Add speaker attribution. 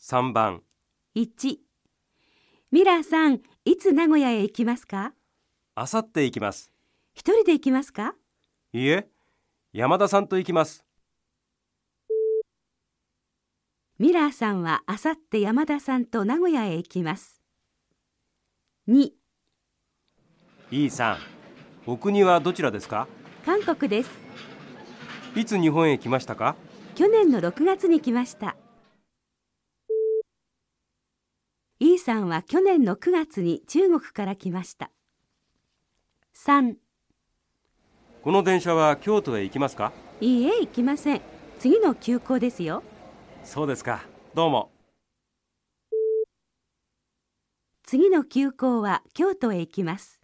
Speaker 1: 3番
Speaker 2: 1ミラーさんいつ名古屋へ行きますか
Speaker 1: あさって行きます
Speaker 2: 一人で行きますか
Speaker 1: いいえ山田さんと行きます
Speaker 2: ミラーさんはあさって山田さんと名古屋へ行きます2
Speaker 1: E さんお国はどちらですか
Speaker 2: 韓国です
Speaker 1: いつ日本へ来ましたか
Speaker 2: 去年の6月に来ました E さんは去年の9月に中国から来ました3
Speaker 1: この電車は京都へ行きますか
Speaker 2: いいえ行きません次の休校ですよ
Speaker 1: そうですかどうも
Speaker 2: 次の休校は京都へ行きます